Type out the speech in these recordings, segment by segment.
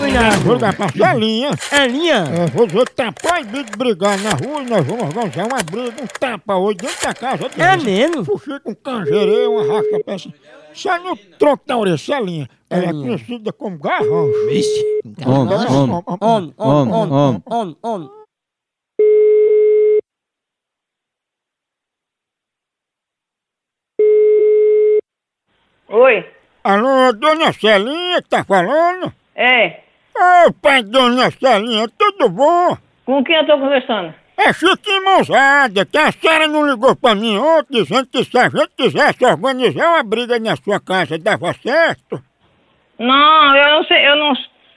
mulher, vou dar pra sua linha. É linha? Você tá proibido de brigar na rua e nós vamos organizar uma briga, um tapa hoje dentro da casa dele. É mesmo? Fuxica, um canjereiro, uma racha, peça. Sai no tronco da orelha, essa linha. Ela é conhecida como né? garrancho. Homem, Ela- homem. On, on, on, on, Homem, homem. on, on. Oi, Alô, dona Celinha, tá falando? é, Ô, pai, dona Celinha, é tudo bom? com quem eu tô conversando? É Chiquinho Mãozada, que a senhora não ligou pra mim ontem dizendo que se a gente quisesse organizar uma briga na sua casa, dava certo? Não, eu não sei, eu não,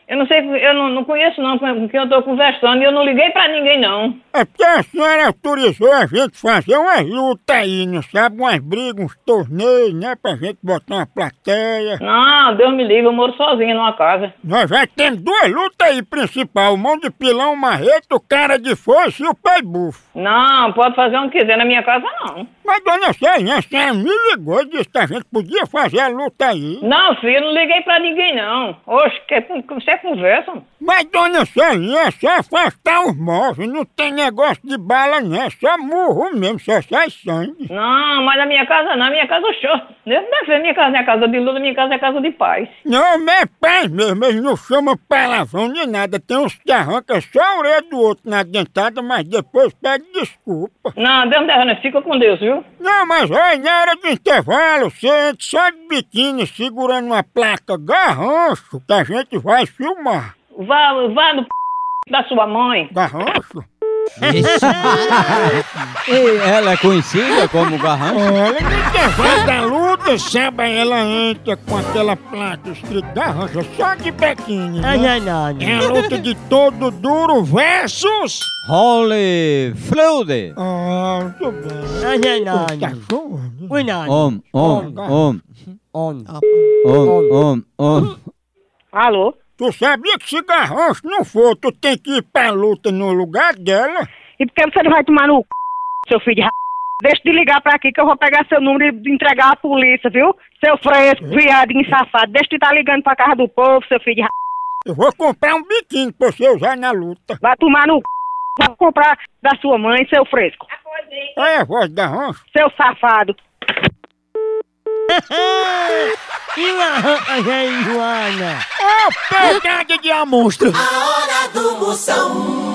eu não sei, eu não, não conheço não com quem eu tô conversando e eu não liguei pra ninguém não. É porque a senhora autorizou a gente fazer umas lutas aí, não sabe? Umas brigas, uns torneios, né? Pra gente botar uma plateia. Não, Deus me livre, eu moro sozinha numa casa. Nós já temos duas lutas aí principal, o mão de pilão, o marreto, o cara de força e o pai bufo. Não, pode fazer o que quiser na minha casa não. Mas dona Celinha, a senhora me ligou e disse que a gente podia fazer a luta aí. Não, filho, eu não liguei pra ninguém não. Oxe, que, é que você conversa? Mas, dona Celinha, é só afastar os móveis, não tem negócio de bala, não, é só murro mesmo, só sai sangue. Não, mas na minha casa não, minha casa show. Deus me defenda, minha casa não é casa de luta, minha casa é casa de paz. Não, mas é paz mesmo, eles não chamam palavrão nem nada, tem uns que arrancam só a orelha do outro na dentada, mas depois pede desculpa. Não, Deus me defenda, fica com Deus, viu? Não, mas olha, na hora do intervalo, você entra só de biquíni segurando uma placa garrancho que a gente vai filmar. Vá, vá no p... da sua mãe. Garrancho? E ela é conhecida como Garrancho? Ela no intervalo da luta, samba, ela entra com aquela placa escrita garrancha só de biquíni. Ai, Né? ai, É ai. a luta de todo duro versus... Holly Fleude. Ah, muito bem. Ai, ai, ai. Tá suando. Ui, não. Homem, homem, homem. On. Homem, homem, homem. Alô? Tu sabia que se garrancho não for, tu tem que ir pra luta no lugar dela? E por que você não vai tomar no c... seu filho de ra... Deixa de ligar pra aqui que eu vou pegar seu número e entregar à polícia, viu? Seu fresco, viadinho safado. Deixa de estar ligando pra casa do povo, seu filho de ra... Eu vou comprar um biquíni pra você usar na luta. Vai tomar no c... Vai comprar da sua mãe, seu fresco. Olha a voz da rancho. Seu safado. E lá, ai, ai, Joana. Ô, pegada É de amostra! A hora do Moção.